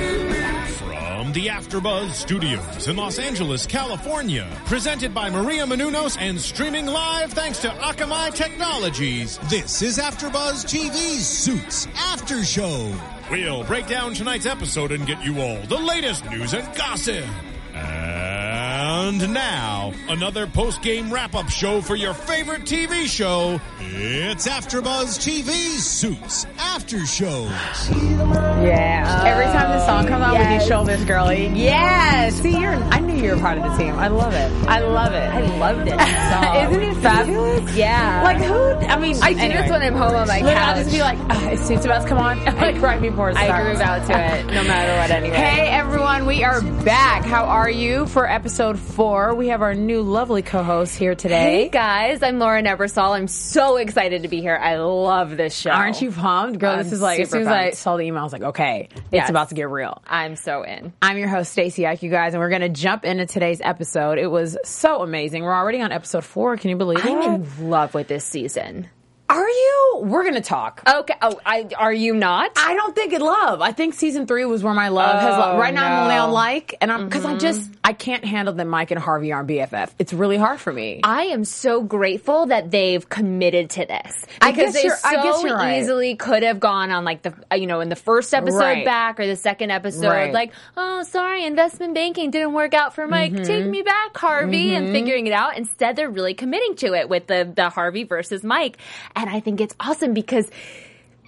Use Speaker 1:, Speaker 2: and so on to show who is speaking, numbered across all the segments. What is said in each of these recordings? Speaker 1: From the AfterBuzz Studios in Los Angeles, California, presented by Maria Menounos and streaming live thanks to Akamai Technologies. This is AfterBuzz TV's Suits After Show. We'll break down tonight's episode and get you all the latest news and gossip. And now, another post-game wrap-up show for your favorite TV show. It's AfterBuzz TV's Suits After Show.
Speaker 2: Yeah.
Speaker 3: Every time the song comes on,
Speaker 2: yes.
Speaker 3: would you show this girly? Yes. See, you're. I knew you were part of the team. I love it. I love it.
Speaker 2: I loved it. song.
Speaker 3: Isn't it fabulous?
Speaker 2: Yeah.
Speaker 3: Like who? I mean,
Speaker 2: I do this
Speaker 3: anyway.
Speaker 2: when I'm home on my
Speaker 3: Literally,
Speaker 2: couch.
Speaker 3: I'll just be like, oh, it's suits about to come on, like right before it starts.
Speaker 2: I groove out to it, no matter what. Anyway.
Speaker 3: Hey everyone, we are back. How are you for episode four? We have our new lovely co-host here
Speaker 2: Hey
Speaker 3: today.
Speaker 2: guys, I'm Lauren Ebersol. I'm so excited to be here. I love this show.
Speaker 3: Aren't you pumped, girl?
Speaker 2: I'm
Speaker 3: this is like as
Speaker 2: super
Speaker 3: soon as I
Speaker 2: pumped.
Speaker 3: saw the email, I was like, okay, it's
Speaker 2: Yes.
Speaker 3: about to get real.
Speaker 2: I'm so in.
Speaker 3: I'm your host, Stacey Ike, you guys, and we're going to jump into today's episode. It was so amazing. We're already on episode four. Can you believe
Speaker 2: I'm
Speaker 3: it?
Speaker 2: in love with this season.
Speaker 3: Are you? We're going to talk.
Speaker 2: Okay. Oh, I are you not?
Speaker 3: I don't think it love. I think season three was where my love has.
Speaker 2: Oh,
Speaker 3: Love. Right now, I'm only
Speaker 2: no. Mm-hmm.
Speaker 3: on like, and I'm because I just I can't handle that Mike and Harvey aren't BFF. It's really hard for me.
Speaker 2: I am so grateful that they've committed to this because
Speaker 3: I guess
Speaker 2: they
Speaker 3: you're-
Speaker 2: so
Speaker 3: I guess you're right.
Speaker 2: easily could have gone on like the uh, you know in the first episode
Speaker 3: Right.
Speaker 2: back or the second episode
Speaker 3: Right.
Speaker 2: like oh sorry investment banking didn't work out for Mike
Speaker 3: Mm-hmm.
Speaker 2: take me back Harvey and figuring it out instead they're really committing to it with the the Harvey versus Mike and I think it's awesome because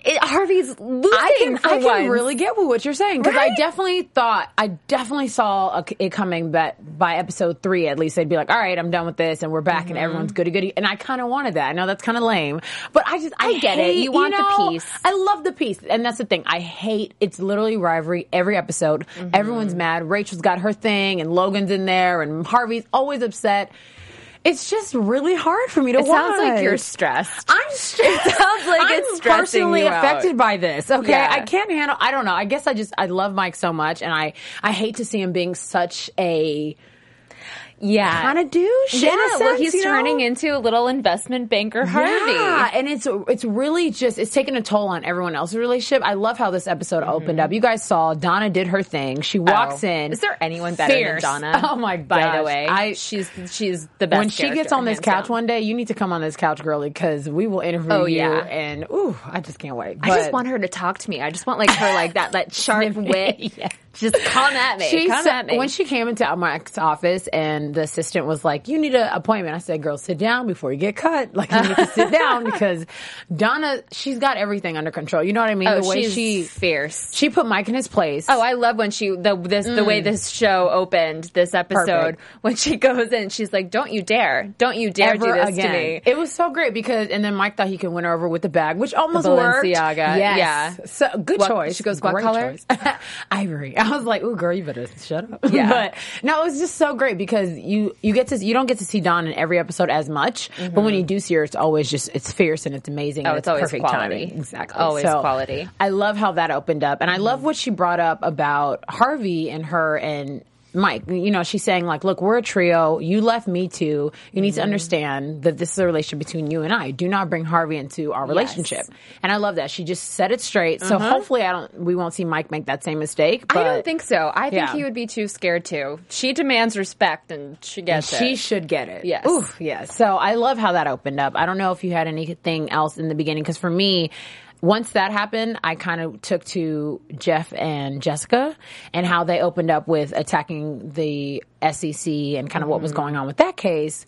Speaker 2: it, Harvey's losing
Speaker 3: I can,
Speaker 2: for
Speaker 3: I can
Speaker 2: once.
Speaker 3: really get with what you're saying because I
Speaker 2: Right?
Speaker 3: definitely thought I definitely saw a, it coming that by episode three at least they'd be like, all right, I'm done with this and we're back and
Speaker 2: Mm-hmm.
Speaker 3: everyone's goody goody. And I kind of wanted that. I know that's kind of lame, but I just I,
Speaker 2: get it.
Speaker 3: hate-
Speaker 2: You want the
Speaker 3: know,
Speaker 2: peace.
Speaker 3: I love the peace, and that's the thing. I hate it's literally rivalry every episode.
Speaker 2: Mm-hmm.
Speaker 3: Everyone's mad. Rachel's got her thing, and Logan's in there, and Harvey's always upset. It's just really hard for me to
Speaker 2: it sounds like you're
Speaker 3: watch.
Speaker 2: stressed
Speaker 3: I'm stressed.
Speaker 2: It sounds like
Speaker 3: I'm
Speaker 2: it's stressing
Speaker 3: personally
Speaker 2: you out.
Speaker 3: affected by this. Okay,
Speaker 2: Yeah.
Speaker 3: I can't handle. I don't know. I guess I just I love Mike so much, and I I hate to see him being such a
Speaker 2: yeah
Speaker 3: kind of douche.
Speaker 2: yeah
Speaker 3: in a sense,
Speaker 2: well he's
Speaker 3: you know?
Speaker 2: turning into a little investment banker Harvey
Speaker 3: Yeah, and it's it's really just it's taking a toll on everyone else's relationship. I love how this episode opened up. You guys saw Donna did her thing. She walks
Speaker 2: Mm-hmm. Oh.
Speaker 3: in.
Speaker 2: Is there anyone better than
Speaker 3: fierce.
Speaker 2: Donna?
Speaker 3: Oh my god!
Speaker 2: By the way,
Speaker 3: I
Speaker 2: she's she's the best.
Speaker 3: when she
Speaker 2: character,
Speaker 3: gets on this
Speaker 2: hands
Speaker 3: couch
Speaker 2: down.
Speaker 3: one day, you need to come on this couch, girly, because we will interview
Speaker 2: Oh,
Speaker 3: you.
Speaker 2: yeah.
Speaker 3: And ooh, I just can't wait.
Speaker 2: I just
Speaker 3: But-
Speaker 2: want her to talk to me. I just want like her like that that sharp wit. Just come at me.
Speaker 3: She
Speaker 2: come
Speaker 3: said-
Speaker 2: at me.
Speaker 3: when she came into Mike's office and the assistant was like, "You need an appointment." I said, "Girl, sit down before you get cut. Like you need to sit down because Donna, she's got everything under control. You know what I mean?
Speaker 2: oh,
Speaker 3: the way
Speaker 2: she's
Speaker 3: she
Speaker 2: fierce. Mm.
Speaker 3: she put Mike in his place.
Speaker 2: Oh, I love when she the this the way this show opened this episode
Speaker 3: Perfect.
Speaker 2: when she goes in. She's like, "Don't you dare! Don't you dare do this to me!"
Speaker 3: It was so great because, and then Mike thought he could win her over with the bag, which almost
Speaker 2: The
Speaker 3: worked.
Speaker 2: Balenciaga,
Speaker 3: Yes.
Speaker 2: yeah.
Speaker 3: So good
Speaker 2: What-
Speaker 3: choice.
Speaker 2: she goes, what
Speaker 3: Great
Speaker 2: color?
Speaker 3: choice. Ivory. I was like, ooh, girl, you better shut up.
Speaker 2: Yeah.
Speaker 3: but no, it was just so great because you you get to you don't get to see Dawn in every episode as much, but when you do see her, it's always just it's fierce and it's amazing. and
Speaker 2: Mm-hmm. Oh, it's always
Speaker 3: perfect
Speaker 2: quality.
Speaker 3: timing. Exactly.
Speaker 2: Always
Speaker 3: So,
Speaker 2: quality.
Speaker 3: I love how that opened up, and I
Speaker 2: Mm-hmm.
Speaker 3: love what she brought up about Harvey and her and Mike. You know, she's saying like, "Look, we're a trio. You left me too. You need to
Speaker 2: Mm-hmm.
Speaker 3: understand that this is a relationship between you and I. Do not bring Harvey into our relationship." And I love that she just said it straight. So hopefully, I don't. We won't see Mike make that same mistake. But
Speaker 2: Uh-huh. I don't think so. I think
Speaker 3: Yeah.
Speaker 2: he would be too scared to. She demands respect, and she gets
Speaker 3: She
Speaker 2: it.
Speaker 3: should get it.
Speaker 2: Yes.
Speaker 3: Oof, yes. So I love how that opened up. I don't know if you had anything else in the beginning because for me, once that happened, I kind of took to Jeff and Jessica and how they opened up with attacking the SEC and kind of what was
Speaker 2: Mm-hmm.
Speaker 3: going on with that case.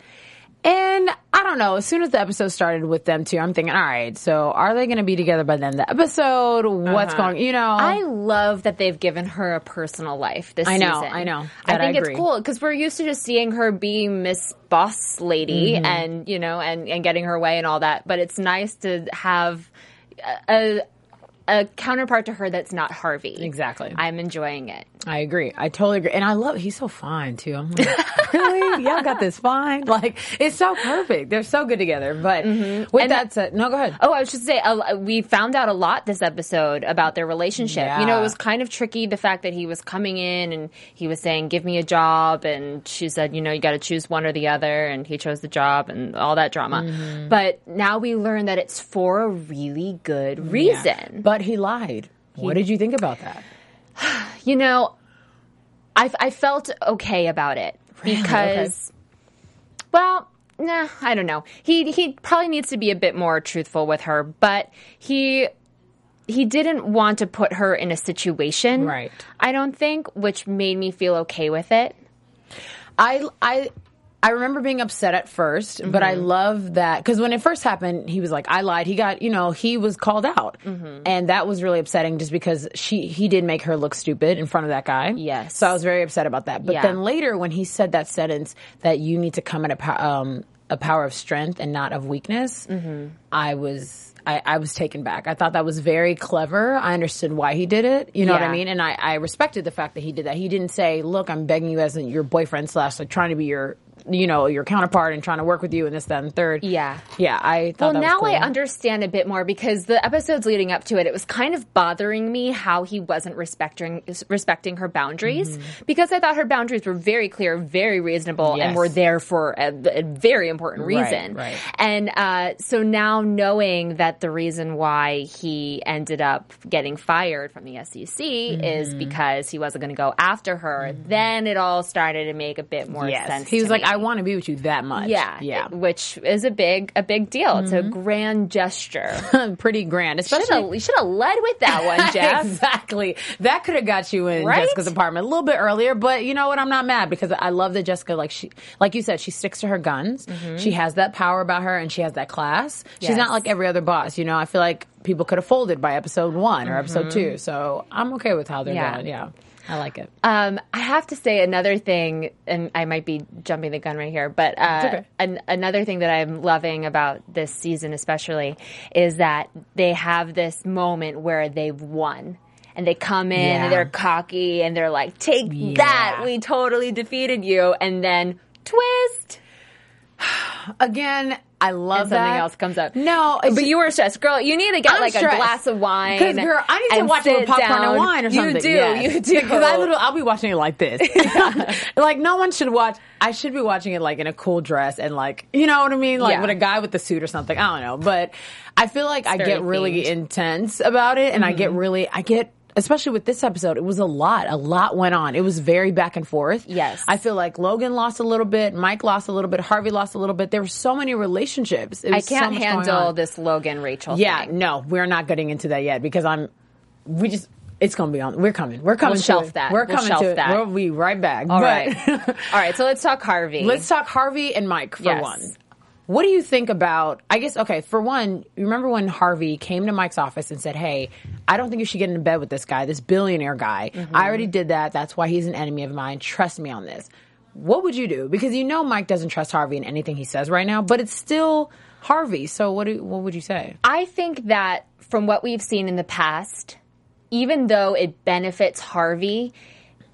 Speaker 3: And I don't know, as soon as the episode started with them two, I'm thinking, all right, so are they going to be together by the end of the episode? What's going, you know?
Speaker 2: Uh-huh. I love that they've given her a personal life this
Speaker 3: I know,
Speaker 2: season.
Speaker 3: I know.
Speaker 2: I
Speaker 3: That I
Speaker 2: think
Speaker 3: agree.
Speaker 2: it's cool because we're used to just seeing her be Miss Boss Lady
Speaker 3: Mm-hmm.
Speaker 2: and you know and and getting her way and all that. But it's nice to have a. a a counterpart to her that's not Harvey.
Speaker 3: Exactly.
Speaker 2: I'm enjoying it.
Speaker 3: I agree. I totally agree. And I love, he's so fine too. I'm like, really? Y'all got this fine? Like, it's so perfect. They're so good together. But with
Speaker 2: Mm-hmm. And
Speaker 3: that said, no, go ahead.
Speaker 2: Oh, I was just say uh, we found out a lot this episode about their relationship. You know,
Speaker 3: Yeah.
Speaker 2: it was kind of tricky the fact that he was coming in and he was saying, "Give me a job," and she said, "You know, you got to choose one or the other," and he chose the job and all that drama. But now we learn that it's for a really good reason.
Speaker 3: But he lied. what did you think about that?
Speaker 2: you know, I, I felt okay about it
Speaker 3: Really?
Speaker 2: because, well, nah, I don't know. He he probably needs to be a bit more truthful with her, but he he didn't want to put her in a situation,
Speaker 3: Right.
Speaker 2: I don't think, which made me feel okay with it.
Speaker 3: I, I, I remember being upset at 1st but I
Speaker 2: Mm-hmm.
Speaker 3: love that because when it first happened, he was like, "I lied." He got, you know, he was called out,
Speaker 2: Mm-hmm.
Speaker 3: and that was really upsetting, just because she he did make her look stupid in front of that guy.
Speaker 2: Yes.
Speaker 3: so I was very upset about that. But
Speaker 2: Yeah.
Speaker 3: then later, when he said that sentence that you need to come at a po- um, a power of strength and not of weakness,
Speaker 2: Mm-hmm.
Speaker 3: I was. I, I was taken back. I thought that was very clever. I understood why he did it. You know what I
Speaker 2: Yeah.
Speaker 3: mean? And I, I respected the fact that he did that. He didn't say, "Look, I'm begging you as your boyfriend slash like trying to be your, you know, your counterpart and trying to work with you and this, that, and third.
Speaker 2: Yeah.
Speaker 3: yeah. I thought
Speaker 2: Well,
Speaker 3: that
Speaker 2: now
Speaker 3: was
Speaker 2: I
Speaker 3: cool.
Speaker 2: understand a bit more because the episodes leading up to it, it was kind of bothering me how he wasn't respecting respecting her boundaries
Speaker 3: Mm-hmm.
Speaker 2: because I thought her boundaries were very clear, very reasonable,
Speaker 3: Yes.
Speaker 2: and were there for a, a very important
Speaker 3: Right,
Speaker 2: reason.
Speaker 3: right.
Speaker 2: And uh, so now knowing that the reason why he ended up getting fired from the SEC
Speaker 3: Mm-hmm.
Speaker 2: is because he wasn't going to go after her, then it all started to make a bit more sense.
Speaker 3: Yes, he
Speaker 2: to
Speaker 3: was like,
Speaker 2: me.
Speaker 3: "I want to be with you that much."
Speaker 2: Yeah,
Speaker 3: yeah. Mm-hmm.
Speaker 2: it- which is a big a big deal. It's a grand gesture.
Speaker 3: Pretty grand, especially
Speaker 2: Shoulda- you should have led with that one, Jeff.
Speaker 3: exactly. That could have got you in
Speaker 2: Right?
Speaker 3: Jessica's apartment a little bit earlier, but you know what? I'm not mad because I love that Jessica, like she, like you said, she sticks to her guns. She has that power about her, and she has that class. She's
Speaker 2: Yes.
Speaker 3: not like every other boss. You know, I feel like people could have folded by episode one or episode two. So I'm okay with how they're
Speaker 2: Yeah.
Speaker 3: going. Mm-hmm. Yeah, Uh, I like it.
Speaker 2: um, I have to say another thing, and I might be jumping the gun right here, but uh,
Speaker 3: okay.
Speaker 2: an- another thing that I'm loving about this season, especially, is that they have this moment where they've won. And they come in
Speaker 3: Yeah.
Speaker 2: and they're cocky and they're like, take that.
Speaker 3: Yeah.
Speaker 2: We totally defeated you. And then twist.
Speaker 3: Again, I love
Speaker 2: something
Speaker 3: that.
Speaker 2: else comes up.
Speaker 3: No, it's-
Speaker 2: but you were stressed, girl. You need to get
Speaker 3: I'm
Speaker 2: like
Speaker 3: stressed.
Speaker 2: a glass of wine.
Speaker 3: 'Cause, girl, I need to
Speaker 2: and
Speaker 3: watch it with
Speaker 2: sit
Speaker 3: popcorn
Speaker 2: down.
Speaker 3: and wine or something.
Speaker 2: You do,
Speaker 3: yes.
Speaker 2: you do.
Speaker 3: Because I little, I'll be watching it like this. like no one should watch. I should be watching it like in a cool dress and like you know what I mean, like
Speaker 2: Yeah.
Speaker 3: with a guy with a suit or something. I don't know, but I feel like I
Speaker 2: very
Speaker 3: get really
Speaker 2: themed. Mm-hmm.
Speaker 3: intense about it, and I get really, I get. Especially with this episode, it was a lot. A lot went on. It was very back and forth.
Speaker 2: Yes.
Speaker 3: I feel like Logan lost a little bit, Mike lost a little bit, Harvey lost a little bit. There were so many relationships. It
Speaker 2: I
Speaker 3: was so
Speaker 2: can't
Speaker 3: much going
Speaker 2: handle
Speaker 3: on.
Speaker 2: this Logan Rachel.
Speaker 3: Yeah,
Speaker 2: thing.
Speaker 3: no, we're not getting into that yet because I'm. We just. It's gonna be on. We're coming. We're coming.
Speaker 2: We'll
Speaker 3: to
Speaker 2: shelf
Speaker 3: it.
Speaker 2: that.
Speaker 3: We're
Speaker 2: We'll
Speaker 3: coming
Speaker 2: shelf
Speaker 3: to it.
Speaker 2: that.
Speaker 3: We'll be right back.
Speaker 2: All
Speaker 3: But-
Speaker 2: right. All right. So let's talk Harvey.
Speaker 3: Let's talk Harvey and Mike for
Speaker 2: Yes.
Speaker 3: one. What do you think about? I guess okay. For one, you remember when Harvey came to Mike's office and said, "Hey, I don't think you should get into bed with this guy, this billionaire guy.
Speaker 2: Mm-hmm.
Speaker 3: I already did that. That's why he's an enemy of mine. Trust me on this." What would you do? Because you know Mike doesn't trust Harvey in anything he says right now, but it's still Harvey. So what? Do, what would you say?
Speaker 2: I think that from what we've seen in the past, even though it benefits Harvey,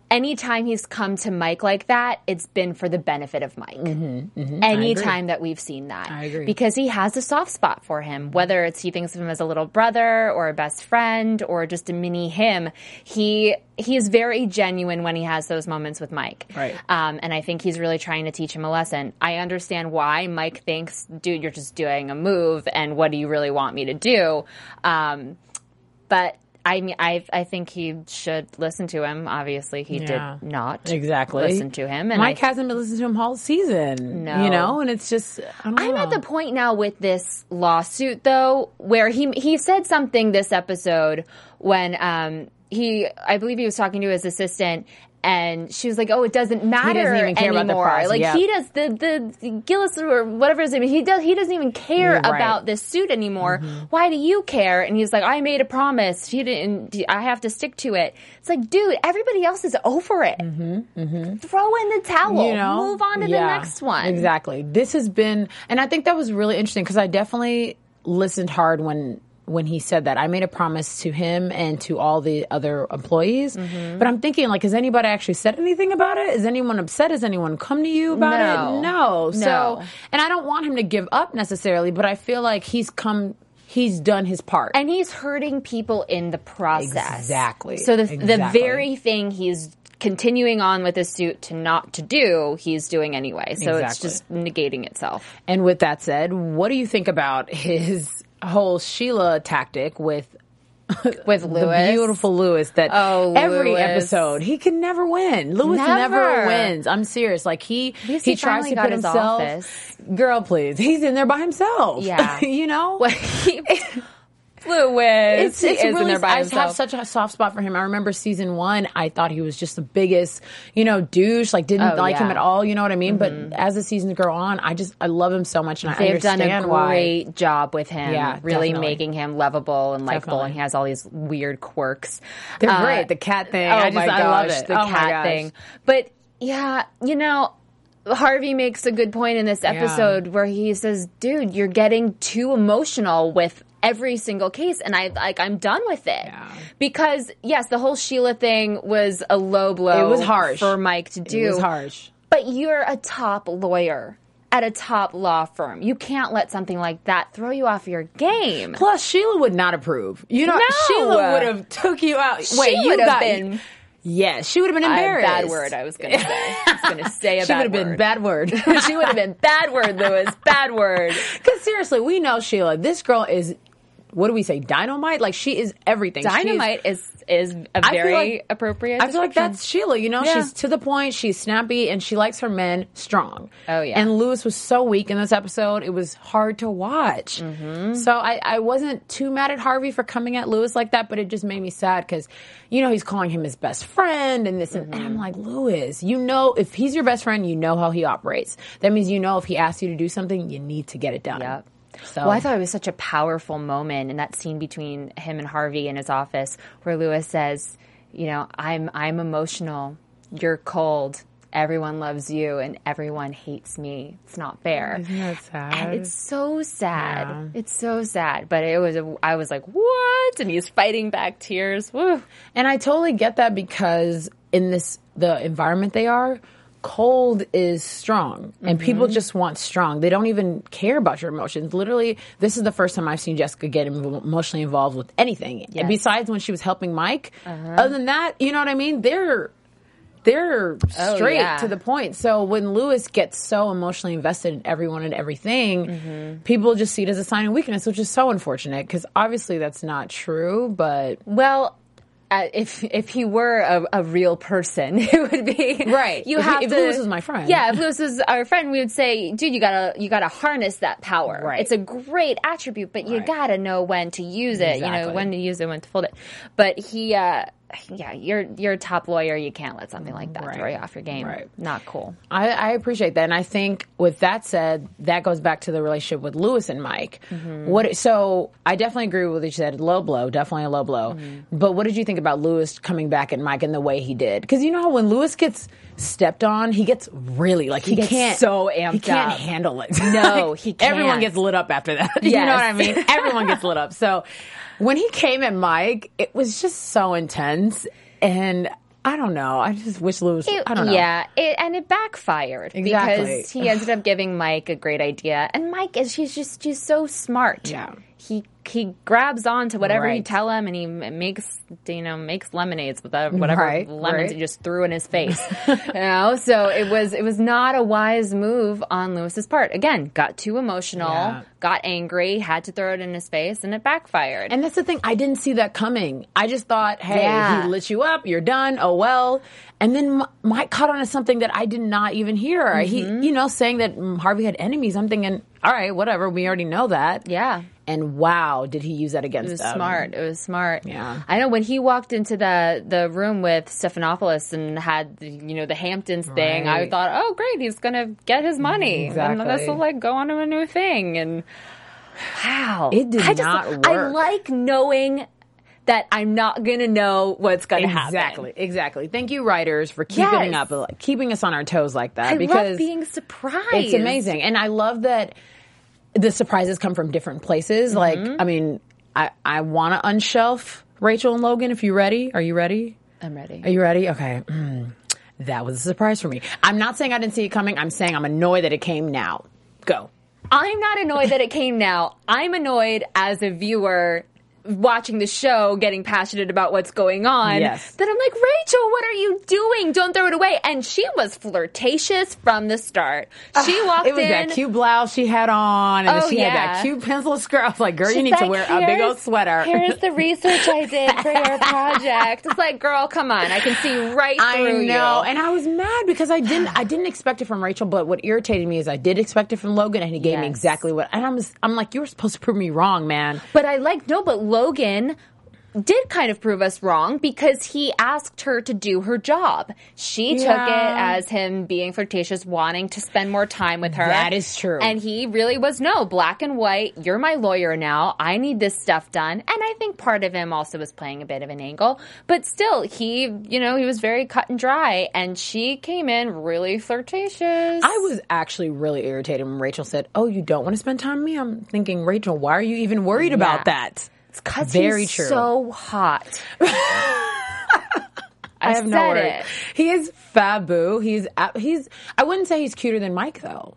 Speaker 2: anytime he's come to Mike like that, it's been for the benefit of Mike.
Speaker 3: Mm-hmm,
Speaker 2: Anytime that we've seen that.
Speaker 3: I agree.
Speaker 2: Because he has a soft spot for him, whether it's he thinks of him as a little brother or a best friend or just a mini him, he he is very genuine when he has those moments with Mike.
Speaker 3: Right.
Speaker 2: Um, and I think he's really trying to teach him a lesson. I understand why Mike thinks, dude, you're just doing a move, and what do you really want me to do? Um, but I mean, I I think he should listen to him. Obviously, he
Speaker 3: Yeah.
Speaker 2: did not
Speaker 3: Exactly.
Speaker 2: listen to him. And
Speaker 3: Mike
Speaker 2: I,
Speaker 3: hasn't been listening to him all season.
Speaker 2: No.
Speaker 3: You know, and it's just I don't
Speaker 2: I'm
Speaker 3: know.
Speaker 2: at the point now with this lawsuit though, where he he said something this episode when um he I believe he was talking to his assistant. And she was like, "Oh, it doesn't matter
Speaker 3: even care about the
Speaker 2: anymore.
Speaker 3: prize,
Speaker 2: like
Speaker 3: yeah.
Speaker 2: he does the the Gillis or whatever his name. is, He does. He doesn't even care
Speaker 3: You're right. Mm-hmm.
Speaker 2: about this suit anymore. Why do you care?" And he's like, "I made a promise. He didn't. I have to stick to it." It's like, dude, everybody else is over it. Throw in the towel.
Speaker 3: Mm-hmm, you know,
Speaker 2: move on to the
Speaker 3: Yeah,
Speaker 2: next one.
Speaker 3: Exactly. This has been, and I think that was really interesting because I definitely listened hard when when he said that. I made a promise to him and to all the other employees.
Speaker 2: Mm-hmm.
Speaker 3: But I'm thinking, like, has anybody actually said anything about it? Is anyone upset? Has anyone come to you about
Speaker 2: No.
Speaker 3: it? No.
Speaker 2: No.
Speaker 3: So, and I don't want him to give up necessarily, but I feel like he's come, he's done his part.
Speaker 2: and he's hurting people in the process.
Speaker 3: Exactly.
Speaker 2: So the the
Speaker 3: Exactly.
Speaker 2: very thing he's continuing on with his suit to not to do, he's doing anyway. So it's
Speaker 3: Exactly.
Speaker 2: just negating itself.
Speaker 3: And with that said, what do you think about his whole Sheila tactic with
Speaker 2: With
Speaker 3: the
Speaker 2: Lewis,
Speaker 3: beautiful Lewis that
Speaker 2: Oh,
Speaker 3: every
Speaker 2: Lewis.
Speaker 3: episode he can never win. Lewis never,
Speaker 2: Never.
Speaker 3: wins. I'm serious. Like he he,
Speaker 2: least he
Speaker 3: tries
Speaker 2: finally
Speaker 3: to
Speaker 2: got
Speaker 3: put
Speaker 2: his
Speaker 3: himself.
Speaker 2: office.
Speaker 3: Girl, please. He's in there by himself.
Speaker 2: Yeah.
Speaker 3: you know.
Speaker 2: What he- Lewis,
Speaker 3: It's, it's
Speaker 2: he is in
Speaker 3: really,
Speaker 2: there by
Speaker 3: I have
Speaker 2: himself.
Speaker 3: such a soft spot for him. I remember season one, I thought he was just the biggest, you know, douche, like didn't
Speaker 2: Oh,
Speaker 3: like him
Speaker 2: yeah. Mm-hmm.
Speaker 3: at all, you know what I mean? But as the seasons go on, I just, I love him so much and I
Speaker 2: They've done
Speaker 3: understand
Speaker 2: a
Speaker 3: why.
Speaker 2: great job with him,
Speaker 3: Yeah,
Speaker 2: really
Speaker 3: definitely.
Speaker 2: making him lovable and likable.
Speaker 3: Definitely.
Speaker 2: And he has all these weird quirks.
Speaker 3: They're
Speaker 2: Uh,
Speaker 3: great. The cat thing.
Speaker 2: Oh
Speaker 3: I just,
Speaker 2: my gosh,
Speaker 3: I love it.
Speaker 2: the
Speaker 3: Oh my
Speaker 2: cat
Speaker 3: gosh.
Speaker 2: thing. But yeah, you know, Harvey makes a good point in this episode where he says, "Dude, you're getting too emotional with." Every single case, and I like I'm done with it
Speaker 3: Yeah.
Speaker 2: because yes, the whole Sheila thing was a low blow.
Speaker 3: It was harsh.
Speaker 2: for Mike to do.
Speaker 3: It was harsh.
Speaker 2: But you're a top lawyer at a top law firm. You can't let something like that throw you off your game.
Speaker 3: Plus, Sheila would not approve. You know,
Speaker 2: No.
Speaker 3: Sheila would have took you out. Wait,
Speaker 2: She
Speaker 3: you
Speaker 2: would've
Speaker 3: got
Speaker 2: been-
Speaker 3: Yes, she would have been
Speaker 2: A
Speaker 3: embarrassed.
Speaker 2: bad word. I was gonna say. I was gonna say a
Speaker 3: She would
Speaker 2: bad
Speaker 3: have been
Speaker 2: word.
Speaker 3: bad word.
Speaker 2: she would have been bad word, Lewis. Bad word.
Speaker 3: Because seriously, we know Sheila. This girl is. What do we say? Dynamite. Like she is everything. She is-
Speaker 2: Dynamite is is a
Speaker 3: I feel
Speaker 2: very
Speaker 3: like-
Speaker 2: appropriate.
Speaker 3: I feel like
Speaker 2: description.
Speaker 3: that's Sheila. You know,
Speaker 2: Yeah.
Speaker 3: she's to the point. She's snappy, and she likes her men strong.
Speaker 2: Oh, yeah.
Speaker 3: And Lewis was so weak in this episode; it was hard to watch.
Speaker 2: Mm-hmm.
Speaker 3: So I, I wasn't too mad at Harvey for coming at Lewis like that, but it just made me sad because, you know, he's calling him his best friend and this, and, and
Speaker 2: Mm-hmm.
Speaker 3: I'm like, Lewis, you know, if he's your best friend, you know how he operates. That means you know if he asks you to do something, you need to get it done.
Speaker 2: Yep.
Speaker 3: So
Speaker 2: Well, I thought it was such a powerful moment in that scene between him and Harvey in his office, where Lewis says, "You know, I'm I'm emotional. You're cold. Everyone loves you, and everyone hates me. It's not fair."
Speaker 3: Isn't that sad?
Speaker 2: And it's so sad. It's so sad. But it was. a- I was like, "What?" And he's fighting back tears. Woo.
Speaker 3: And I totally get that because in this the environment they are, cold is strong and people just want strong. They don't even care about your emotions. Literally, this is the first time I've seen Jessica get em- emotionally involved with anything. And besides when she was helping Mike, other than that, you know what I mean? They're they're straight
Speaker 2: yeah.
Speaker 3: to the point. So when Lewis gets so emotionally invested in everyone and everything, people just see it as a sign of weakness, which is so unfortunate because obviously that's not true. But
Speaker 2: Well. Uh, if if he were a, a real person, it would be
Speaker 3: Right.
Speaker 2: You
Speaker 3: If he-
Speaker 2: have
Speaker 3: if
Speaker 2: to,
Speaker 3: Lewis was my friend.
Speaker 2: Yeah, if Lewis was our friend, we would say, dude, you gotta you gotta harness that power.
Speaker 3: Right.
Speaker 2: It's a great attribute, but you
Speaker 3: Right.
Speaker 2: gotta know when to use it. You know
Speaker 3: Exactly.
Speaker 2: when to use it, when to fold it. But he, uh, yeah, you're you're a top lawyer. You can't let something like that
Speaker 3: Right.
Speaker 2: throw you off your game.
Speaker 3: Right.
Speaker 2: Not cool.
Speaker 3: I, I appreciate that, and I think with that said, that goes back to the relationship with Lewis and Mike.
Speaker 2: Mm-hmm.
Speaker 3: What? So I definitely agree with what you said. Low blow, definitely a low blow.
Speaker 2: Mm-hmm.
Speaker 3: But what did you think about Lewis coming back at Mike and the way he did? Because you know how when Lewis gets stepped on, he gets really like he,
Speaker 2: gets
Speaker 3: can't
Speaker 2: so
Speaker 3: He
Speaker 2: amped
Speaker 3: can't
Speaker 2: up.
Speaker 3: handle it.
Speaker 2: No,
Speaker 3: Like,
Speaker 2: he can't.
Speaker 3: Everyone gets lit up after that. you
Speaker 2: Yes.
Speaker 3: know what I mean? Everyone gets lit up. So when he came at Mike, it was just so intense, and I don't know. I just wish Lewis.
Speaker 2: It-
Speaker 3: I don't know.
Speaker 2: Yeah, it, and it backfired
Speaker 3: Exactly.
Speaker 2: because he ended up giving Mike a great idea, and Mike is she's just she's so smart.
Speaker 3: Yeah.
Speaker 2: he he grabs on to whatever you
Speaker 3: Right.
Speaker 2: tell him, and he m- makes you know makes lemonades with that- whatever
Speaker 3: Right,
Speaker 2: lemons
Speaker 3: right.
Speaker 2: he just threw in his face. you know, so it was it was not a wise move on Lewis's part. Again, got too emotional,
Speaker 3: Yeah.
Speaker 2: got angry, had to throw it in his face, and it backfired.
Speaker 3: And that's the thing. I didn't see that coming. I just thought, hey,
Speaker 2: Yeah.
Speaker 3: he lit you up. You're done. Oh well. And then M- Mike caught on to something that I did not even hear.
Speaker 2: Mm-hmm.
Speaker 3: He, you know, saying that mm, Harvey had enemies. I'm thinking, all right, whatever. We already know that.
Speaker 2: yeah.
Speaker 3: And wow, did he use that against
Speaker 2: It was
Speaker 3: them?
Speaker 2: smart. It was smart.
Speaker 3: Yeah.
Speaker 2: I know when he walked into the the room with Stephanopoulos and had the, you know the Hamptons thing, I
Speaker 3: Right.
Speaker 2: thought, oh great, he's gonna get his money. And this
Speaker 3: Exactly.
Speaker 2: will like go on to a new thing. And wow,
Speaker 3: It did
Speaker 2: I just,
Speaker 3: not
Speaker 2: I
Speaker 3: work.
Speaker 2: like knowing that I'm not gonna know what's gonna happen.
Speaker 3: Exactly. Exactly. Thank you, writers, for
Speaker 2: Yes.
Speaker 3: keeping up, like, keeping us on our toes like that.
Speaker 2: I
Speaker 3: because
Speaker 2: love being surprised.
Speaker 3: It's
Speaker 2: Mm-hmm.
Speaker 3: amazing. And I love that the surprises come from different places. Like, I mean, I, I want to unshelf Rachel and Logan if you're ready. Are you ready?
Speaker 2: I'm ready.
Speaker 3: Are you ready? Okay. Mm. That was a surprise for me. I'm not saying I didn't see it coming. I'm saying I'm annoyed that it came now. Go.
Speaker 2: I'm not annoyed that it came now. I'm annoyed as a viewer watching the show, getting passionate about what's going on.
Speaker 3: Yes.
Speaker 2: That I'm like, Rachel, what are you doing? Don't throw it away. And she was flirtatious from the start. She walked
Speaker 3: Ah, It was
Speaker 2: in.
Speaker 3: that cute blouse she had on, and
Speaker 2: Oh,
Speaker 3: she had
Speaker 2: yeah.
Speaker 3: that cute pencil skirt. I was like, girl, you
Speaker 2: She's
Speaker 3: need to
Speaker 2: like,
Speaker 3: wear a big old
Speaker 2: "Here's-
Speaker 3: sweater.
Speaker 2: Here's the research I did for your project. It's like, girl, come on. I can see right
Speaker 3: I
Speaker 2: through
Speaker 3: know,
Speaker 2: you.
Speaker 3: and I was mad because I didn't. I didn't expect it from Rachel, but what irritated me is I did expect it from Logan, and he gave me
Speaker 2: Yes.
Speaker 3: exactly what. And I'm, just- I'm like, you were supposed to prove me wrong, man.
Speaker 2: But I like no, but Logan did kind of prove us wrong because he asked her to do her job. She took it
Speaker 3: Yeah.
Speaker 2: as him being flirtatious, wanting to spend more time with her.
Speaker 3: That is true.
Speaker 2: And he really was no, black and white, you're my lawyer now. I need this stuff done. And I think part of him also was playing a bit of an angle, but still he, you know, he was very cut and dry and she came in really flirtatious.
Speaker 3: I was actually really irritated when Rachel said, "Oh, you don't want to spend time with me." I'm thinking, Rachel, why are you even worried about that? It's
Speaker 2: Cause
Speaker 3: very
Speaker 2: he's
Speaker 3: true.
Speaker 2: so hot.
Speaker 3: I have no
Speaker 2: said
Speaker 3: words.
Speaker 2: it.
Speaker 3: He is fabu. He's ab- he's. I wouldn't say he's cuter than Mike though.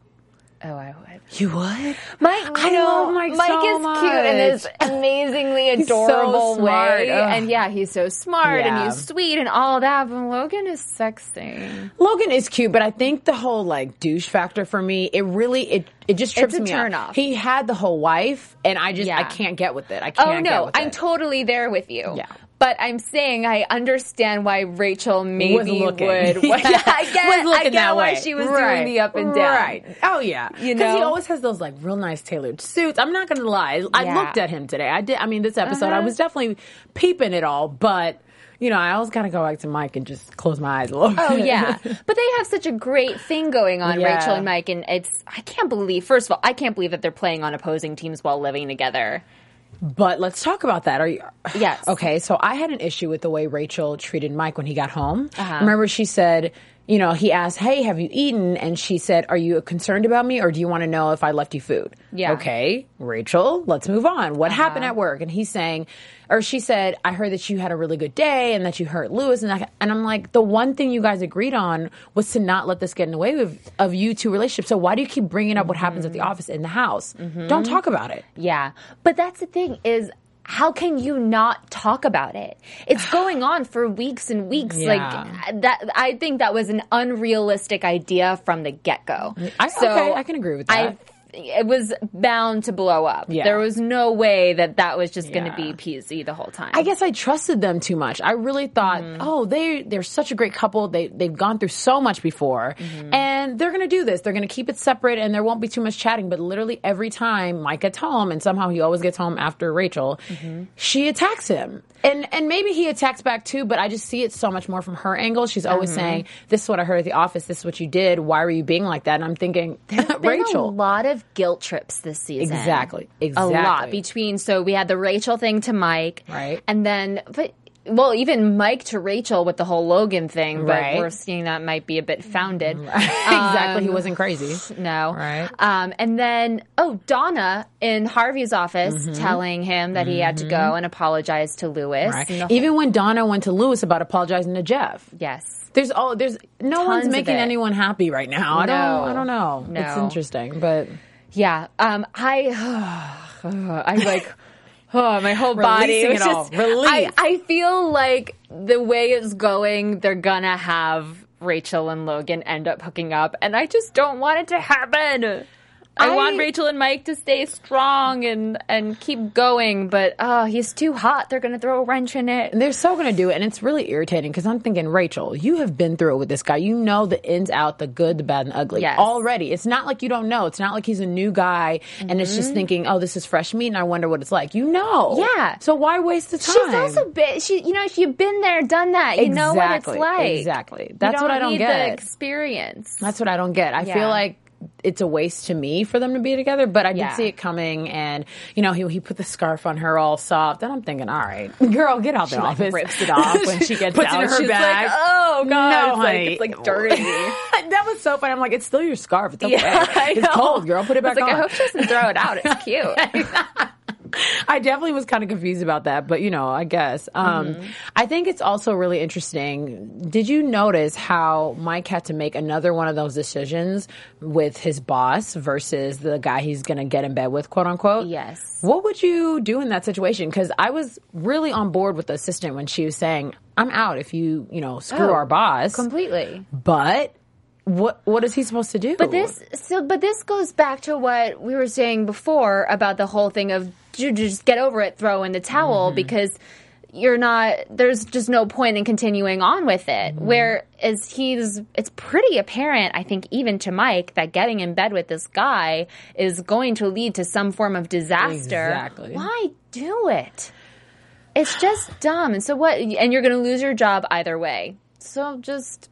Speaker 2: Oh, I would.
Speaker 3: You would.
Speaker 2: Mike,
Speaker 3: I
Speaker 2: no,
Speaker 3: love Mike
Speaker 2: Mike
Speaker 3: so
Speaker 2: is cute in his
Speaker 3: much.
Speaker 2: amazingly
Speaker 3: so
Speaker 2: adorable
Speaker 3: smart,
Speaker 2: way,
Speaker 3: ugh.
Speaker 2: and yeah, he's so smart
Speaker 3: Yeah.
Speaker 2: and he's sweet and all that. But Logan is sexy.
Speaker 3: Logan is cute, but I think the whole like douche factor for me, it really it it just trips
Speaker 2: a
Speaker 3: me up.
Speaker 2: turnoff.
Speaker 3: He had the whole wife, and I just I
Speaker 2: Yeah.
Speaker 3: can't get with it. I can't.
Speaker 2: Oh
Speaker 3: get
Speaker 2: no,
Speaker 3: with
Speaker 2: I'm
Speaker 3: it.
Speaker 2: totally there with you.
Speaker 3: Yeah.
Speaker 2: But I'm saying I understand why Rachel maybe
Speaker 3: was looking.
Speaker 2: would. I
Speaker 3: was
Speaker 2: get,
Speaker 3: looking
Speaker 2: I get
Speaker 3: that
Speaker 2: why
Speaker 3: way.
Speaker 2: she was
Speaker 3: Right.
Speaker 2: doing the up and down.
Speaker 3: Right. Oh yeah.
Speaker 2: You
Speaker 3: he
Speaker 2: know?
Speaker 3: always has those like real nice tailored suits. I'm not gonna lie. I
Speaker 2: Yeah. Uh-huh.
Speaker 3: looked at him today. I did. I mean, this episode, I was definitely peeping it all, but you know, I always gotta go back to Mike and just close my eyes a little.
Speaker 2: Oh
Speaker 3: bit.
Speaker 2: yeah, but they have such a great thing going on,
Speaker 3: Yeah.
Speaker 2: Rachel and Mike, and it's I can't believe. First of all, I can't believe that they're playing on opposing teams while living together.
Speaker 3: But let's talk about that. Are you?
Speaker 2: Yes.
Speaker 3: Okay. So I had an issue with the way Rachel treated Mike when he got home.
Speaker 2: Uh-huh.
Speaker 3: Remember, she said, you know, he asked, "Hey, have you eaten?" And she said, "Are you concerned about me, or do you want to know if I left you food?"
Speaker 2: Yeah. Uh-huh.
Speaker 3: Okay, Rachel. Let's move on. What happened at work? And he's saying, or she said, "I heard that you had a really good day, and that you hurt Lewis." And I, and I'm like, the one thing you guys agreed on was to not let this get in the way of, of you two relationship. So why do you keep bringing up what happens at
Speaker 2: Mm-hmm.
Speaker 3: the office in the house? Don't talk about it.
Speaker 2: Yeah. But that's the thing is how can you not talk about it? It's going on for weeks and weeks.
Speaker 3: Yeah.
Speaker 2: Like uh, that I think that was an unrealistic idea from the get-go.
Speaker 3: I- okay, I can agree with that.
Speaker 2: I it was bound to blow up.
Speaker 3: Yeah.
Speaker 2: There was no way that that was just going to
Speaker 3: Yeah.
Speaker 2: be peasy the whole time.
Speaker 3: I guess I trusted them too much. I really thought,
Speaker 2: Mm-hmm.
Speaker 3: oh, they they're such a great couple. They they've gone through so much before,
Speaker 2: Mm-hmm.
Speaker 3: and they're gonna do this. They're gonna keep it separate, and there won't be too much chatting. But literally every time Mike gets home, and somehow he always gets home after Rachel,
Speaker 2: Mm-hmm.
Speaker 3: she attacks him, and and maybe he attacks back too. But I just see it so much more from her angle. She's always
Speaker 2: Mm-hmm.
Speaker 3: saying, "This is what I heard at the office. This is what you did. Why were you being like that?" And I'm thinking,
Speaker 2: been
Speaker 3: Rachel,
Speaker 2: a lot of guilt trips this season.
Speaker 3: Exactly.
Speaker 2: A
Speaker 3: Exactly.
Speaker 2: lot between. So we had the Rachel thing to Mike,
Speaker 3: Right.
Speaker 2: And then, but well, even Mike to Rachel with the whole Logan thing. But
Speaker 3: Right.
Speaker 2: we're seeing that might be a bit founded.
Speaker 3: exactly, he
Speaker 2: Um,
Speaker 3: wasn't crazy.
Speaker 2: No.
Speaker 3: Right.
Speaker 2: Um, and then, oh, Donna in Harvey's office
Speaker 3: Mm-hmm.
Speaker 2: telling him that he had to go and apologize to Lewis.
Speaker 3: Right.
Speaker 2: And the-
Speaker 3: Even when Donna went to Lewis about apologizing to Jeff.
Speaker 2: yes.
Speaker 3: There's all there's no
Speaker 2: Tons
Speaker 3: one's
Speaker 2: of
Speaker 3: making
Speaker 2: it.
Speaker 3: anyone happy right now. I
Speaker 2: No.
Speaker 3: don't I don't know.
Speaker 2: No.
Speaker 3: It's interesting, but
Speaker 2: Yeah. Um, I, I like, oh, my whole body.
Speaker 3: Releasing
Speaker 2: was
Speaker 3: it all.
Speaker 2: just-
Speaker 3: Release.
Speaker 2: I, I feel like the way it's going, they're gonna have Rachel and Logan end up hooking up, and I just don't want it to happen. I,
Speaker 3: I-
Speaker 2: want Rachel and Mike to stay strong and and keep going, but oh, he's too hot. They're gonna throw a wrench in it.
Speaker 3: they're so gonna do it, and it's really irritating because I'm thinking, Rachel, you have been through it with this guy. You know the ins out, the good, the bad, and the ugly
Speaker 2: Yes.
Speaker 3: already. It's not like you don't know. It's not like he's a new guy, and it's just thinking, oh, this is fresh meat, and I wonder what it's like. You know,
Speaker 2: Mm-hmm. Yeah.
Speaker 3: So why waste the time?
Speaker 2: She's also been, she, you know, you've been there, done that. You know what it's
Speaker 3: Exactly,
Speaker 2: like.
Speaker 3: exactly.
Speaker 2: You
Speaker 3: That's what I don't
Speaker 2: need
Speaker 3: get.
Speaker 2: The experience.
Speaker 3: That's what I don't get. I
Speaker 2: Yeah.
Speaker 3: feel like it's a waste to me for them to be together, but I did
Speaker 2: Yeah.
Speaker 3: see it coming and you know, he he put the scarf on her all soft and I'm thinking, all right, girl, get out the
Speaker 2: like,
Speaker 3: office.
Speaker 2: rips it off when she gets
Speaker 3: Puts
Speaker 2: out.
Speaker 3: It in her
Speaker 2: She's
Speaker 3: bag.
Speaker 2: like, "Oh, God."
Speaker 3: No,
Speaker 2: It's like-
Speaker 3: honey.
Speaker 2: it's like dirty.
Speaker 3: that was so funny. I'm like, it's still your scarf. It's okay.
Speaker 2: I
Speaker 3: it's
Speaker 2: know.
Speaker 3: cold, girl. Put it
Speaker 2: I
Speaker 3: back
Speaker 2: was like,
Speaker 3: on.
Speaker 2: I hope she doesn't throw it out. It's cute.
Speaker 3: I definitely was kind of confused about that, but you know, I guess. Um,
Speaker 2: Mm-hmm.
Speaker 3: I think it's also really interesting. Did you notice how Mike had to make another one of those decisions with his boss versus the guy he's going to get in bed with, quote unquote?
Speaker 2: Yes.
Speaker 3: What would you do in that situation? Because I was really on board with the assistant when she was saying, I'm out if you, you know, screw
Speaker 2: Oh,
Speaker 3: our boss.
Speaker 2: completely.
Speaker 3: But what what is he supposed to do?
Speaker 2: But this, so, but this goes back to what we were saying before about the whole thing of ju- just get over it, throw in the towel
Speaker 3: Mm-hmm.
Speaker 2: because you're not. There's just no point in continuing on with it.
Speaker 3: Mm-hmm.
Speaker 2: Whereas he's, it's pretty apparent, I think, even to Mike, that getting in bed with this guy is going to lead to some form of disaster.
Speaker 3: Exactly.
Speaker 2: Why do it? It's just dumb. And so what? And you're going to lose your job either way. So just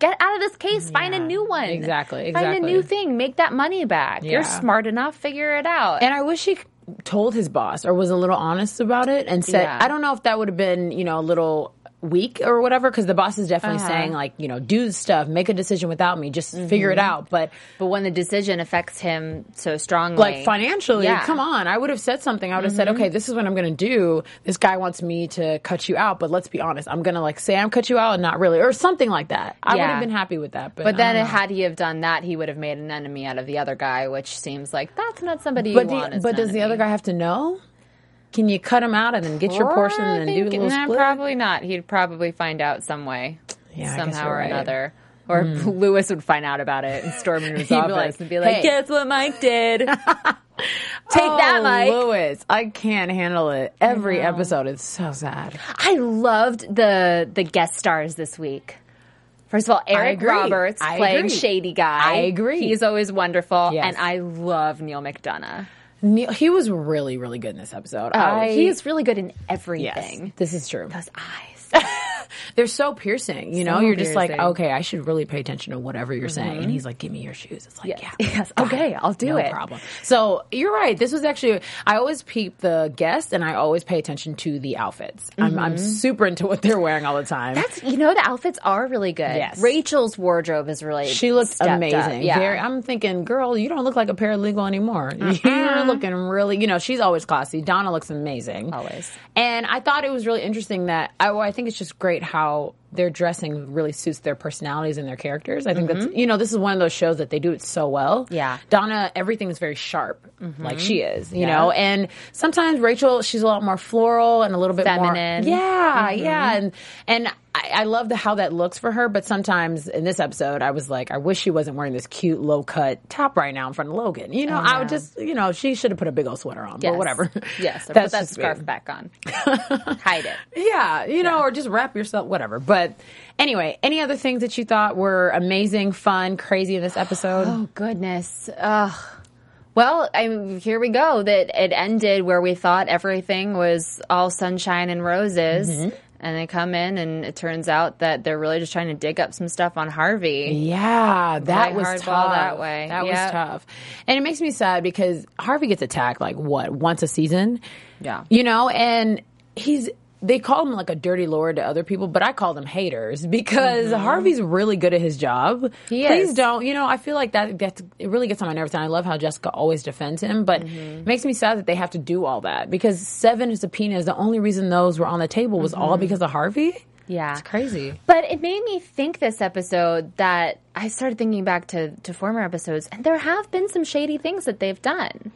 Speaker 2: get out of this case. Find a
Speaker 3: Yeah.
Speaker 2: new one.
Speaker 3: Exactly,
Speaker 2: Find a
Speaker 3: exactly.
Speaker 2: new thing. Make that money back. You're
Speaker 3: Yeah.
Speaker 2: smart enough. Figure it out.
Speaker 3: And I wish he told his boss or was a little honest about it and said,
Speaker 2: Yeah.
Speaker 3: I don't know if that would have been, you know, a little weak or whatever, because the boss is definitely
Speaker 2: Uh-huh. Mm-hmm.
Speaker 3: saying, like, you know, do stuff, make a decision without me, just figure it out. But
Speaker 2: but when the decision affects him so strongly,
Speaker 3: like financially,
Speaker 2: Yeah. Mm-hmm.
Speaker 3: come on, I would have said something. I would have said, okay, this is what I'm going to do. This guy wants me to cut you out, but let's be honest, I'm going to like say I'm cut you out and not really, or something like that. I would
Speaker 2: Yeah.
Speaker 3: have been happy with that. But,
Speaker 2: But
Speaker 3: I
Speaker 2: then,
Speaker 3: don't know.
Speaker 2: had he have done that, he would have made an enemy out of the other guy, which seems like that's not somebody
Speaker 3: But,
Speaker 2: you want.
Speaker 3: the,
Speaker 2: as
Speaker 3: but
Speaker 2: an
Speaker 3: does the
Speaker 2: enemy.
Speaker 3: other guy have to know? Can you cut him out and then get your portion and then do a
Speaker 2: Probably-
Speaker 3: little
Speaker 2: nah,
Speaker 3: split?
Speaker 2: Probably not. He'd probably find out some way,
Speaker 3: Yeah, I guess
Speaker 2: somehow
Speaker 3: you're
Speaker 2: or
Speaker 3: right. Hmm.
Speaker 2: another. Or Lewis would find out about it and storm into his
Speaker 3: He'd be
Speaker 2: office
Speaker 3: like,
Speaker 2: and be like,
Speaker 3: "Hey."
Speaker 2: "Guess what Mike did? Take that,
Speaker 3: Oh,
Speaker 2: Mike."
Speaker 3: Lewis, I can't handle it. Every episode is so sad.
Speaker 2: I loved the the guest stars this week. First of all, Eric
Speaker 3: agree.
Speaker 2: Roberts
Speaker 3: I
Speaker 2: playing
Speaker 3: agree.
Speaker 2: Shady Guy.
Speaker 3: I agree.
Speaker 2: He's always wonderful,
Speaker 3: Yes.
Speaker 2: and I love Neil McDonough.
Speaker 3: Neil, he was really, really good in this episode. I,
Speaker 2: he is really good in
Speaker 3: yes,
Speaker 2: everything.
Speaker 3: this is true.
Speaker 2: Those eyes.
Speaker 3: They're so piercing, Mm-hmm. you know.
Speaker 2: So
Speaker 3: you're just like,
Speaker 2: piercing.
Speaker 3: okay, I should really pay attention to whatever you're saying. And he's like, give me your shoes. It's like, yeah,
Speaker 2: Yes.
Speaker 3: got
Speaker 2: Okay, I'll do
Speaker 3: no
Speaker 2: it.
Speaker 3: problem. So you're right. This was actually I always peep the guest, and I always pay attention to the outfits. I'm, I'm super into what they're wearing all the time.
Speaker 2: That's you know the outfits are really good.
Speaker 3: Yes.
Speaker 2: Rachel's wardrobe is really
Speaker 3: She looked
Speaker 2: stepped up.
Speaker 3: amazing.
Speaker 2: Yeah.
Speaker 3: Very- I'm thinking, girl, you don't look like a paralegal anymore. You're looking really, you know, she's always classy. Donna looks amazing.
Speaker 2: Always.
Speaker 3: And I thought it was really interesting that I, well, I think it's just great how their dressing really suits their personalities and their characters. I think that's, you know, this is one of those shows that they do it so well.
Speaker 2: Mm-hmm. Yeah. Mm-hmm.
Speaker 3: Donna, everything is very sharp, like she is, you know, and sometimes Rachel, she's a lot more floral and a little bit
Speaker 2: Feminine.
Speaker 3: More, yeah.
Speaker 2: Mm-hmm.
Speaker 3: Yeah. And, and, I, I love the, how that looks for her, but sometimes in this episode, I was like, I wish she wasn't wearing this cute low cut top right now in front of Logan. You know, I would just, you know, she should have put a big old sweater on,
Speaker 2: Yes.
Speaker 3: but whatever.
Speaker 2: Yes, or put that
Speaker 3: just
Speaker 2: scarf
Speaker 3: me.
Speaker 2: back on. Hide it.
Speaker 3: Yeah, you know, or just wrap yourself, whatever. But anyway, any other things that you thought were amazing, fun, crazy in this episode?
Speaker 2: Oh goodness. Ugh. Well, I here we go. That it ended where we thought everything was all sunshine and roses. And they come in, and it turns out that they're really just trying to dig up some stuff on Harvey.
Speaker 3: yeah, that
Speaker 2: Play
Speaker 3: was
Speaker 2: hardball
Speaker 3: tough.
Speaker 2: that way.
Speaker 3: That was
Speaker 2: Yep.
Speaker 3: tough, and it makes me sad because Harvey gets attacked like what once a season.
Speaker 2: Yeah.
Speaker 3: you know, and he's. They call him like a dirty lord to other people, but I call them haters because Harvey's really good at his job.
Speaker 2: Mm-hmm. He
Speaker 3: Please
Speaker 2: is.
Speaker 3: don't, you know. I feel like that gets it really gets on my nerves, and I love how Jessica always defends him, but
Speaker 2: Mm-hmm.
Speaker 3: it makes me sad that they have to do all that because seven subpoenas. The only reason those were on the table was all because of Harvey.
Speaker 2: Mm-hmm. Yeah.
Speaker 3: it's crazy.
Speaker 2: But it made me think this episode that I started thinking back to, to former episodes, and there have been some shady things that they've done.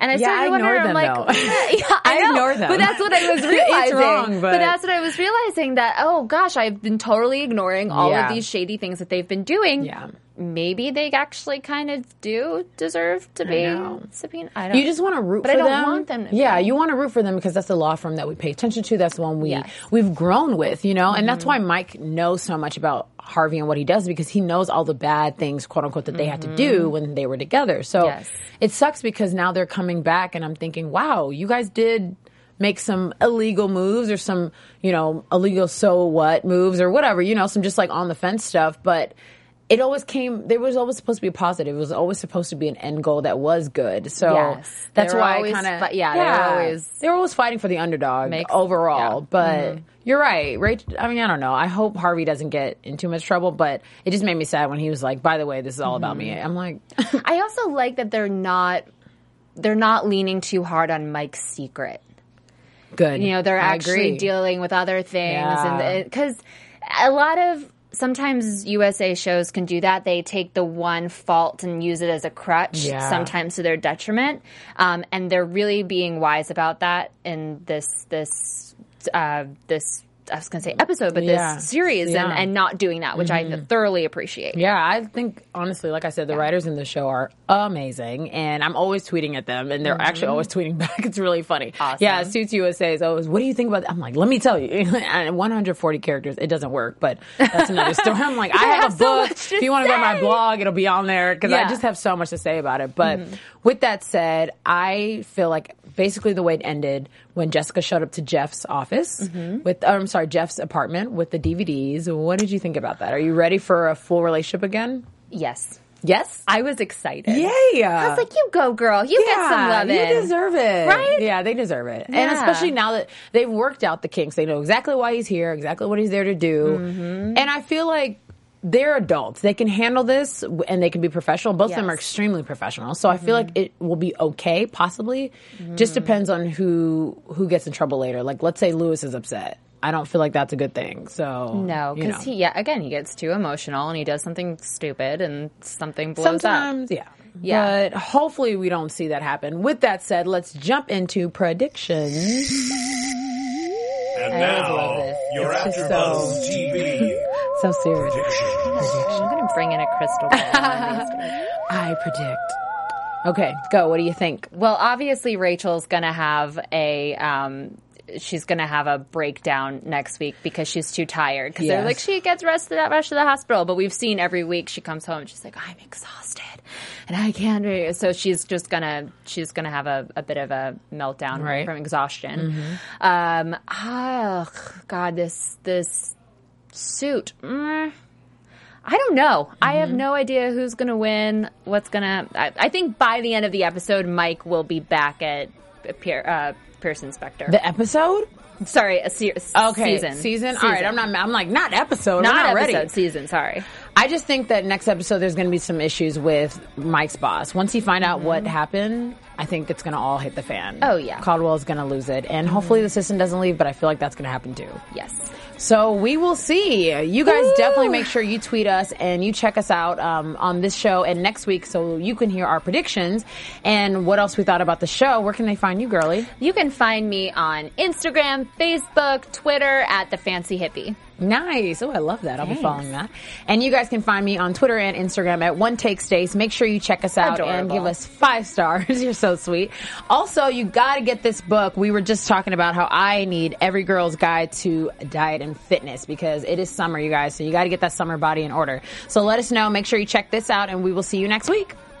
Speaker 2: And I
Speaker 3: Yeah, I
Speaker 2: started wondering,
Speaker 3: ignore
Speaker 2: I'm
Speaker 3: them,
Speaker 2: like,
Speaker 3: though.
Speaker 2: what- yeah, I,
Speaker 3: I
Speaker 2: know,
Speaker 3: ignore them.
Speaker 2: But that's what I was
Speaker 3: It's
Speaker 2: realizing.
Speaker 3: wrong, but-
Speaker 2: that's what I was realizing that, oh gosh, I've been totally ignoring all
Speaker 3: Yeah.
Speaker 2: of these shady things that they've been doing.
Speaker 3: Yeah.
Speaker 2: Maybe they actually kind of do deserve to be
Speaker 3: know.
Speaker 2: subpoenaed. I don't
Speaker 3: You just want to root
Speaker 2: But
Speaker 3: for
Speaker 2: I
Speaker 3: them.
Speaker 2: don't want them to be.
Speaker 3: yeah, you want to root for them because that's the law firm that we pay attention to. That's the one we
Speaker 2: Yes. Mm-hmm.
Speaker 3: we've grown with, you know. And that's why Mike knows so much about Harvey and what he does because he knows all the bad things, quote unquote, that they had to do when they were together. So
Speaker 2: Mm-hmm. Yes.
Speaker 3: it sucks because now they're coming back, and I'm thinking, wow, you guys did make some illegal moves or some, you know, illegal so what moves or whatever, you know, some just like on the fence stuff, but it always came there was always supposed to be a positive. It was always supposed to be an end goal that was good. So
Speaker 2: Yes.
Speaker 3: that's
Speaker 2: They were
Speaker 3: why
Speaker 2: always
Speaker 3: I kind of
Speaker 2: fi- yeah, they were always-
Speaker 3: they were always fighting for the underdog
Speaker 2: Makes-
Speaker 3: overall,
Speaker 2: yeah. Mm-hmm.
Speaker 3: but you're right. Rachel, I mean, I don't know. I hope Harvey doesn't get in too much trouble, but it just
Speaker 2: Mm-hmm.
Speaker 3: made me sad when he was like, "By the way, this is all about me." I'm like,
Speaker 2: I also like that they're not they're not leaning too hard on Mike's secret.
Speaker 3: Good.
Speaker 2: You know, they're
Speaker 3: I
Speaker 2: actually
Speaker 3: agree.
Speaker 2: dealing with other things,
Speaker 3: Yeah.
Speaker 2: and because a lot of sometimes USA shows can do that. They take the one fault and use it as a crutch,
Speaker 3: Yeah.
Speaker 2: sometimes to their detriment, um, and they're really being wise about that in this this uh, this. I was going to say episode, but
Speaker 3: Yeah.
Speaker 2: this series
Speaker 3: Yeah. Mm-hmm.
Speaker 2: and, and not doing that, which I thoroughly appreciate.
Speaker 3: Yeah, I think honestly, like I said, the writers in the show are amazing, and I'm always tweeting at them, and they're actually always tweeting back. It's really funny.
Speaker 2: Mm-hmm. Awesome.
Speaker 3: Yeah, Suits USA is always. What do you think about? That? I'm like, let me tell you. And 140 characters, it doesn't work, but that's another story. I'm like, I have,
Speaker 2: have
Speaker 3: a
Speaker 2: so
Speaker 3: book.
Speaker 2: much to
Speaker 3: if you want to go to my
Speaker 2: say.
Speaker 3: blog, it'll be on there because I
Speaker 2: Yeah.
Speaker 3: just have so much to say about it. But with that said, I feel like basically the way it ended when Jessica showed up to Jeff's office with, oh, I'm sorry, Jeff's apartment with the DVDs. What did you think about that? Are you ready for a full relationship again?
Speaker 2: Yes.
Speaker 3: Yes.
Speaker 2: I was excited.
Speaker 3: Yay!
Speaker 2: I was like, you go, girl. You get some love
Speaker 3: You deserve it.
Speaker 2: Right?
Speaker 3: Yeah, they deserve it. And
Speaker 2: Yeah.
Speaker 3: especially now that they've worked out the kinks, they know exactly why he's here, exactly what he's there to do.
Speaker 2: Mm-hmm.
Speaker 3: And I feel like they're adults. They can handle this w- and they can be professional. Both of them
Speaker 2: Yes. Mm-hmm.
Speaker 3: are extremely professional. So I feel like it will be okay, possibly. Just depends on who who gets in trouble later. Like let's say Lewis is upset. I don't feel like that's a good thing. So
Speaker 2: No,
Speaker 3: you
Speaker 2: because
Speaker 3: know.
Speaker 2: he, yeah, again, he gets too emotional and he does something stupid and something blows up.
Speaker 3: Sometimes, yeah.
Speaker 2: Yeah.
Speaker 3: But hopefully we don't see that happen. With that said, let's jump into predictions.
Speaker 4: And
Speaker 3: always love
Speaker 4: now,
Speaker 3: this.
Speaker 4: your
Speaker 3: It's
Speaker 4: AfterBuzz
Speaker 3: just so-
Speaker 4: TV
Speaker 3: So serious.
Speaker 2: I'm going to bring in a crystal ball. and it's gonna-
Speaker 3: I predict. Okay, go. What do you think?
Speaker 2: well, obviously, Rachel's going to have a. Um, She's gonna have a breakdown next week because she's too tired. Because they're
Speaker 3: Yes.
Speaker 2: like, she gets rested at rush to the hospital, but we've seen every week she comes home. She's like, I'm exhausted, and I can't. do-" So she's just gonna she's gonna have a, a bit of a meltdown
Speaker 3: Right. Mm-hmm.
Speaker 2: from exhaustion. Um, ah, God, this this suit. Mm, I don't know. I
Speaker 3: Mm-hmm.
Speaker 2: have no idea who's going to win. What's going to? I I think by the end of the episode, Mike will be back at Pier, uh, Pearson Spector.
Speaker 3: The episode?
Speaker 2: Sorry, a se- season.
Speaker 3: Season. All right. I'm not. I'm like not episode.
Speaker 2: not,
Speaker 3: I'm not
Speaker 2: episode
Speaker 3: ready.
Speaker 2: season. Sorry.
Speaker 3: I just think that next episode there's going to be some issues with Mike's boss. Once he find out what happened, I think it's going to all hit the fan.
Speaker 2: Oh, yeah.
Speaker 3: Caldwell's going to lose it, and hopefully the system doesn't leave. But I feel like that's going to happen too.
Speaker 2: Yes.
Speaker 3: So we will see. You guys
Speaker 2: Woo!
Speaker 3: definitely make sure you tweet us and you check us out um, on this show and next week, so you can hear our predictions and what else we thought about the show. Where can they find you, girly?
Speaker 2: You can find me on Instagram, Facebook, Twitter at the Fancy Hippie.
Speaker 3: Nice. Oh, I love that. I'll be following that. And you guys can find me on Twitter and Instagram at One Take Stace. Make sure you check us out and
Speaker 2: Adorable.
Speaker 3: give us five stars. You're so sweet. Also, you got to get this book. We were just talking about how I need every girl's guide to diet and fitness because it is summer, you guys. So you got to get that summer body in order. So let us know. Make sure you check this out, and we will see you next week.